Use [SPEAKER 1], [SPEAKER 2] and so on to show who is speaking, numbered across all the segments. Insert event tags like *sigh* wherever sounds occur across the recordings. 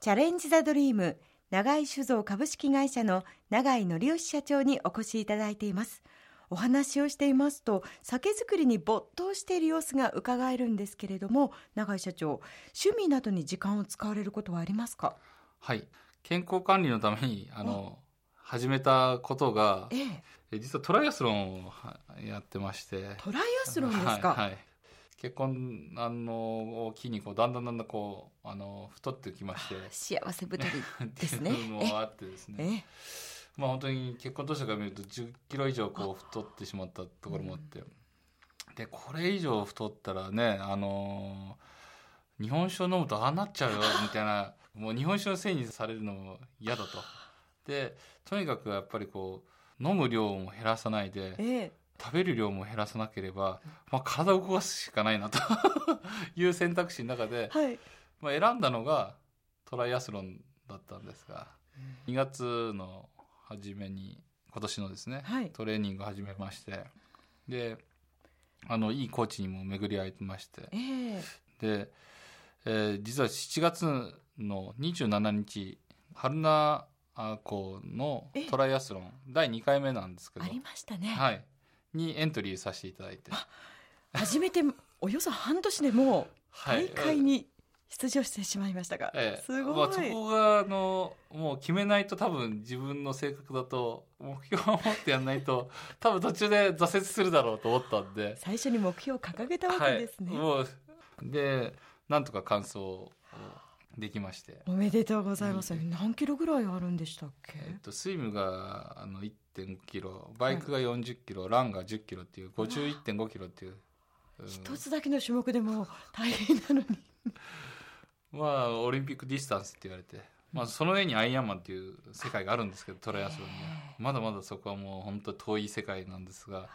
[SPEAKER 1] チャレンジ・ザ・ドリーム長井酒造株式会社の長井則義社長にお越しいただいていますお話をしていますと酒造りに没頭している様子が伺えるんですけれども長井社長趣味などに時間を使われることはありますか
[SPEAKER 2] はい健康管理のためにあの始めたことが
[SPEAKER 1] ええ、
[SPEAKER 2] え実はトライアスロンをはやってまして
[SPEAKER 1] トライアスロンですか、
[SPEAKER 2] はい、はい結婚あのを機にこうだんだんだんだんこうあの太ってきまして
[SPEAKER 1] 幸せ太りですね
[SPEAKER 2] っていうのもあってです
[SPEAKER 1] え
[SPEAKER 2] ね
[SPEAKER 1] え
[SPEAKER 2] まあ本当に結婚当初から見ると1 0キロ以上こう太ってしまったところもあって、でこれ以上太ったらねあのー日本酒を飲むとああなっちゃうよみたいな *laughs* もう日本酒のせいにされるのも嫌だと。でとにかくやっぱりこう飲む量も減らさないで
[SPEAKER 1] ええ
[SPEAKER 2] 食べる量も減らさなければ、まあ、体を動かすしかないなと *laughs* いう選択肢の中で、
[SPEAKER 1] はい
[SPEAKER 2] まあ、選んだのがトライアスロンだったんですが2月の初めに今年のですね、
[SPEAKER 1] はい
[SPEAKER 2] トレーニングを始めましてであのいいコーチにも巡り合いまして
[SPEAKER 1] ええ
[SPEAKER 2] で、えー実は7月の27日春名湖のトライアスロン第2回目なんですけど
[SPEAKER 1] あ、りましたね、
[SPEAKER 2] はい、にエントリーさせていただいて。
[SPEAKER 1] 初めておよそ半年でもう
[SPEAKER 2] は
[SPEAKER 1] 大
[SPEAKER 2] い
[SPEAKER 1] 会に出場してしまいましたが、
[SPEAKER 2] ええ
[SPEAKER 1] すごい、
[SPEAKER 2] まあ、そこがあのもう決めないと多分自分の性格だと目標を持ってやんな
[SPEAKER 1] *laughs*
[SPEAKER 2] いと多分途中で挫折するだろうと思ったんで
[SPEAKER 1] 最初に目標を掲げたわけですね、
[SPEAKER 2] はい、もうでなんとか完走をできまして、
[SPEAKER 1] おめでとうございます
[SPEAKER 2] いえい
[SPEAKER 1] 何キロぐらいあるんでしたっけ、
[SPEAKER 2] えっと、スイムがあの1.5キロバイクが40キロ、ランが10キロっていう51.5キロっていう、うん
[SPEAKER 1] 一つだけの種目でも大変なのに *laughs*
[SPEAKER 2] まあオリンピックディスタンスって言われて、まあ、その上にアイアンマンっていう世界があるんですけどトライアスロンには
[SPEAKER 1] へ
[SPEAKER 2] まだまだそこはもう本当遠い世界なんですが、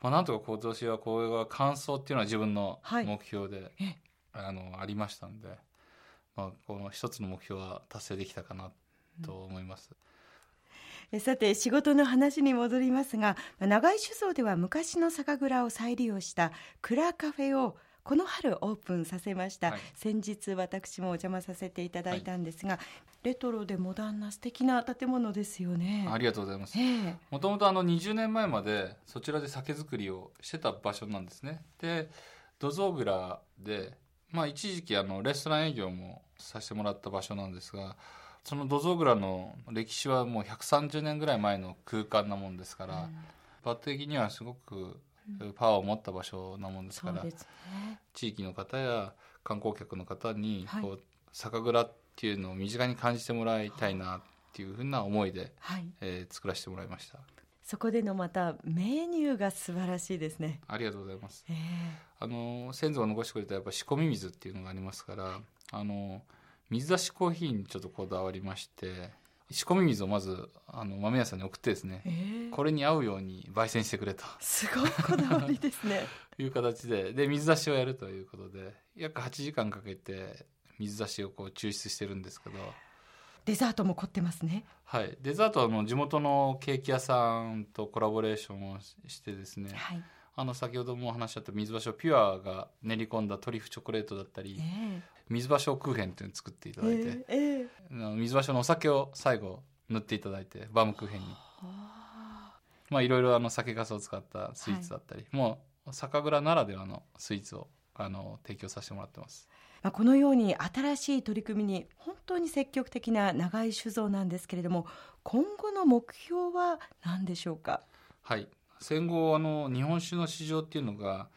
[SPEAKER 2] まあ、なんとか今年はこれは完走っていうのは自分の
[SPEAKER 1] はい
[SPEAKER 2] 目標で、
[SPEAKER 1] ええ
[SPEAKER 2] あのありましたんで、まあ、この一つの目標は達成できたかなと思います。
[SPEAKER 1] えさて仕事の話に戻りますがまあ長井酒造では昔の酒蔵を再利用した蔵カフェをこの春オープンさせました、
[SPEAKER 2] はい
[SPEAKER 1] 先日私もお邪魔させていただいたんですが、レトロでモダンな素敵な建物ですよね。
[SPEAKER 2] ありがとうございます
[SPEAKER 1] ええ
[SPEAKER 2] もともとあの20年前までそちらで酒造りをしてた場所なんですねで土蔵蔵で、まあ、一時期あのレストラン営業もさせてもらった場所なんですがその土蔵蔵の歴史はもう130年ぐらい前の空間なもんですから、場的にはすごくパワーを持った場所なもんです
[SPEAKER 1] そ
[SPEAKER 2] か
[SPEAKER 1] う
[SPEAKER 2] ら、
[SPEAKER 1] ですね。
[SPEAKER 2] 地域の方や観光客の方に
[SPEAKER 1] はい
[SPEAKER 2] こう、酒蔵っていうのを身近に感じてもらいたいなっていうふうな思いで、
[SPEAKER 1] はい。
[SPEAKER 2] えー作らせてもらいました。
[SPEAKER 1] そこでのまたメニューが素晴らしいですね。
[SPEAKER 2] ありがとうございます。
[SPEAKER 1] ええ
[SPEAKER 2] あの先祖が残してくれたやっぱ仕込み水っていうのがありますから、あの水出しコーヒーにちょっとこだわりまして、仕込み水をまずあの豆屋さんに送ってですね、
[SPEAKER 1] ええ
[SPEAKER 2] これに合うように焙煎してくれと
[SPEAKER 1] すごいこだわりですね。
[SPEAKER 2] いう形で、で水出しをやるということで、約8時間かけて水出しをこう抽出してるんですけど、
[SPEAKER 1] *laughs* デザートも凝ってますね。
[SPEAKER 2] はい、デザートはあの地元のケーキ屋さんとコラボレーションをししてですね、
[SPEAKER 1] はい。
[SPEAKER 2] あの先ほどもお話しあった水橋ピュアが練り込んだトリュフチョコレートだったり。
[SPEAKER 1] ええ
[SPEAKER 2] 水場所クーヘンっていうのを作っていただいて、
[SPEAKER 1] ええええ
[SPEAKER 2] あの水場所のお酒を最後塗っていただいてバームクーヘンに
[SPEAKER 1] あ
[SPEAKER 2] まあいろいろあの酒粕を使ったスイーツだったり、もう酒蔵ならではのスイーツをあの提供させてもらってます
[SPEAKER 1] まあ、このように新しい取り組みに本当に積極的な長井酒造なんですけれども今後の目標は何でしょうか
[SPEAKER 2] はい戦後あの日本酒の市場っていうのが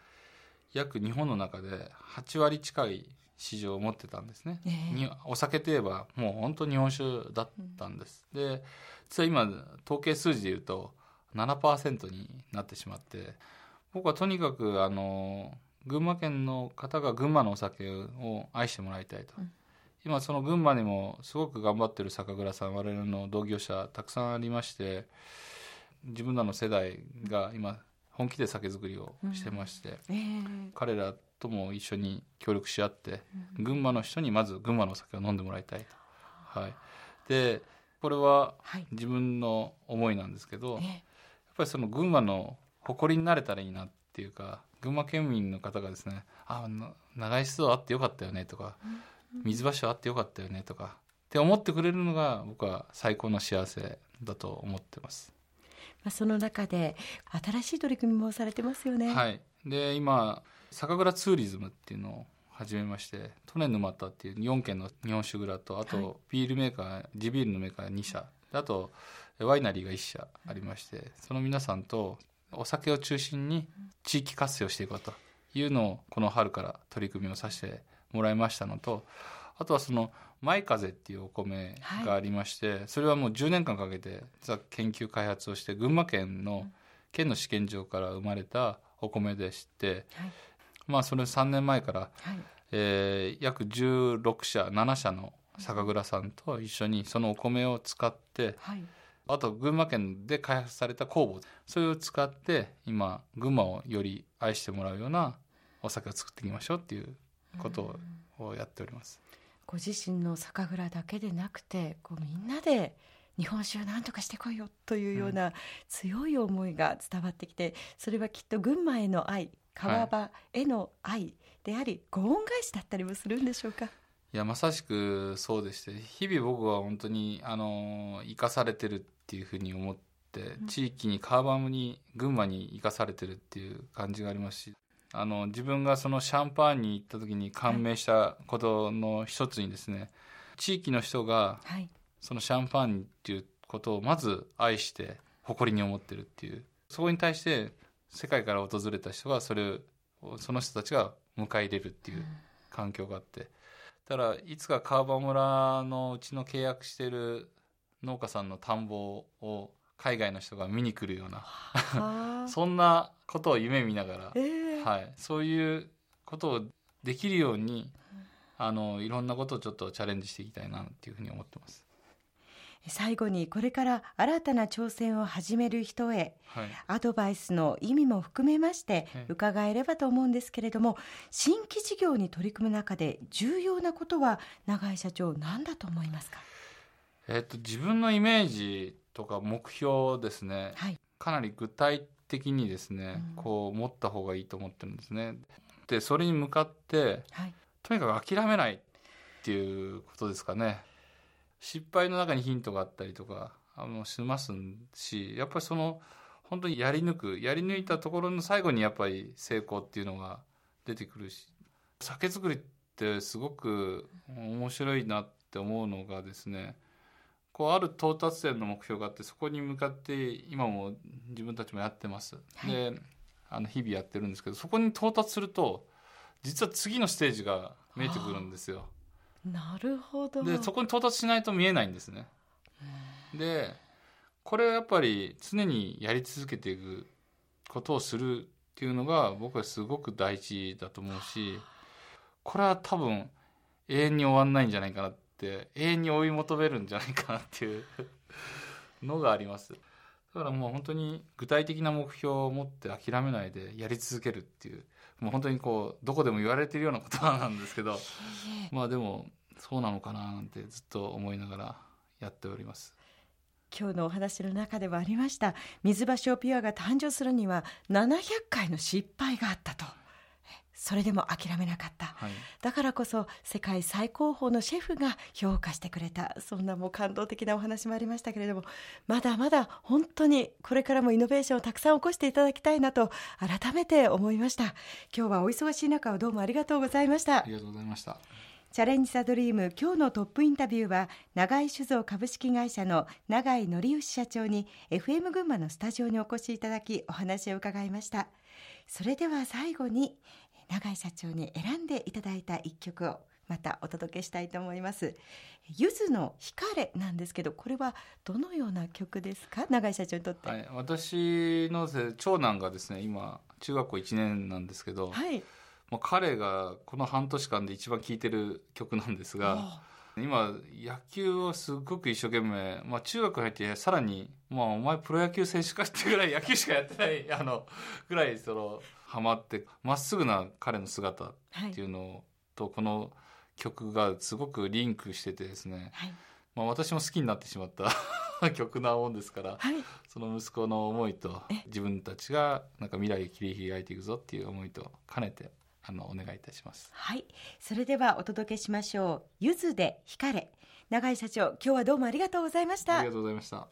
[SPEAKER 2] 約日本の中で8割近い市場を持ってたんですね、
[SPEAKER 1] ええ
[SPEAKER 2] にお酒といえばもう本当日本酒だったんです、で実は今統計数字で言うと7%になってしまって僕はとにかくあの群馬県の方が群馬のお酒を愛してもらいたいと、
[SPEAKER 1] うん
[SPEAKER 2] 今その群馬にもすごく頑張ってる酒蔵さん我々の同業者たくさんありまして自分らの世代が今本気で酒造りをしてまして、
[SPEAKER 1] ええ
[SPEAKER 2] 彼らとも一緒に協力し合って、群馬の人にまず群馬のお酒を飲んでもらいたいと。はい、でこれは
[SPEAKER 1] はい、
[SPEAKER 2] 自分の思いなんですけど、
[SPEAKER 1] え
[SPEAKER 2] やっ
[SPEAKER 1] え
[SPEAKER 2] ぱりその群馬の誇りになれたらいいなっていうか群馬県民の方がですね「あな長い人あってよかったよね」とか「水橋あってよかったよね」とかって思ってくれるのが僕は最高の幸せだと思ってます。
[SPEAKER 1] まあ、その中で新しい取り組みもされてますよね。
[SPEAKER 2] はい、で今酒蔵ツーリズムっていうのを始めまして利根沼田っていう4軒の日本酒蔵とあ
[SPEAKER 1] はい
[SPEAKER 2] とビールメーカー地ビールのメーカー2社であとワイナリーが1社ありましてその皆さんとお酒を中心に地域活性をしていこうというのをこの春から取り組みをさせてもらいましたのとあとはその「舞風」っていうお米がありまして、それはもう10年間かけて実は研究開発をして群馬県の県の試験場から生まれたお米でして、
[SPEAKER 1] はい
[SPEAKER 2] まあ、それ3年前から、
[SPEAKER 1] はい
[SPEAKER 2] えー約16社7社の酒蔵さんと一緒にそのお米を使って
[SPEAKER 1] はい
[SPEAKER 2] あと群馬県で開発された酵母それを使って今群馬をより愛してもらうようなお酒を作っていきましょうっていうことをやっております。
[SPEAKER 1] ご自身の酒蔵だけでなくてこうみんなで日本酒を何とかしてこいよというような強い思いが伝わってきてそれはきっと群馬への愛川場への愛でありご恩返しだったりもするんでしょうか。
[SPEAKER 2] いやまさしくそうでして日々僕は本当にあの生かされてるっていうふうに思って、
[SPEAKER 1] ん
[SPEAKER 2] 地域に川場に群馬に生かされてるっていう感じがありますしあの自分がそのシャンパーニュに行った時に感銘したことの一つにですね、地域の人が
[SPEAKER 1] はい
[SPEAKER 2] そのシャンパーニュっていうことをまず愛して誇りに思ってるっていうそこに対して世界から訪れた人がそれをその人たちが迎え入れるっていう *laughs* 環境があってただいつか川場村のうちの契約してる農家さんの田んぼを海外の人が見に来るような
[SPEAKER 1] はあ
[SPEAKER 2] そんなことを夢見ながら
[SPEAKER 1] ええ
[SPEAKER 2] はい、そういうことをできるようにあのいろんなことをちょっとチャレンジしていきたいなっていうふうに思ってます。
[SPEAKER 1] 最後にこれから新たな挑戦を始める人へ
[SPEAKER 2] はい
[SPEAKER 1] アドバイスの意味も含めまして
[SPEAKER 2] はい
[SPEAKER 1] 伺えればと思うんですけれども新規事業に取り組む中で重要なことは永井社長何だと思いますか
[SPEAKER 2] えっと自分のイメージとか目標ですね、
[SPEAKER 1] はい
[SPEAKER 2] かなり具体的にですね、
[SPEAKER 1] うん
[SPEAKER 2] こう持った方がいいと思ってるんですね。でそれに向かって
[SPEAKER 1] はい
[SPEAKER 2] とにかく諦めないっていうことですかね失敗の中にヒントがあったりとかあのしますしやっぱりその本当にやり抜くやり抜いたところの最後にやっぱり成功っていうのが出てくるし酒造りってすごく面白いなって思うのがですねこうある到達点の目標があってそこに向かって今も自分たちもやってます。
[SPEAKER 1] はい
[SPEAKER 2] であの日々やってるんですけどそこに到達すると実は次のステージが見えてくるんですよ。
[SPEAKER 1] なるほど
[SPEAKER 2] でそこに到達しないと見えないんですね。でこれはやっぱり常にやり続けていくことをするっていうのが僕はすごく大事だと思うしこれは多分永遠に終わんないんじゃないかなって永遠に追い求めるんじゃないかなっていうのがあります。だからもう本当に具体的な目標を持って諦めないでやり続けるっていうもう本当にこうどこでも言われてるような言葉なんですけど
[SPEAKER 1] いえいえ
[SPEAKER 2] まあでもそうなのかななんてずっと思いながらやっております。
[SPEAKER 1] 今日のお話の中ではありました水橋オピュアが誕生するには700回の失敗があったとえそれでも諦めなかった
[SPEAKER 2] はい、
[SPEAKER 1] だからこそ世界最高峰のシェフが評価してくれたそんなもう感動的なお話もありましたけれどもまだまだ本当にこれからもイノベーションをたくさん起こしていただきたいなと改めて思いました今日はお忙しい中どうもありがとうございました
[SPEAKER 2] ありがとうございました。
[SPEAKER 1] チャレンジサドリーム今日のトップインタビューは長井酒造株式会社の長井則義社長に FM 群馬のスタジオにお越しいただきお話を伺いましたそれでは最後に長井社長に選んでいただいた一曲をまたお届けしたいと思いますゆずの光れなんですけどこれはどのような曲ですか長井社長にとって
[SPEAKER 2] はい、私のせ長男がですね今中学校1年なんですけど、
[SPEAKER 1] はい
[SPEAKER 2] もう彼がこの半年間で一番聴いてる曲なんですが今野球をすごく一生懸命、まあ、中学入ってさらに、まあ、お前プロ野球選手かってぐらい野球しかやってない *laughs* あのぐらいそのハマってまっすぐな彼の姿
[SPEAKER 1] は
[SPEAKER 2] って
[SPEAKER 1] い
[SPEAKER 2] いうのとこの曲がすごくリンクしててですね、
[SPEAKER 1] はい
[SPEAKER 2] まあ、私も好きになってしまった *laughs* 曲なもんですか
[SPEAKER 1] は
[SPEAKER 2] ら
[SPEAKER 1] い
[SPEAKER 2] その息子の思いと自分たちがなんか未来を切り開いていくぞっていう思いと兼ねてあのお願いいたします。
[SPEAKER 1] はい、それではお届けしましょう。ゆずで光れ。
[SPEAKER 3] 永井社長今日はどうもありがとうございまし
[SPEAKER 1] あ
[SPEAKER 3] た
[SPEAKER 1] りがとうございました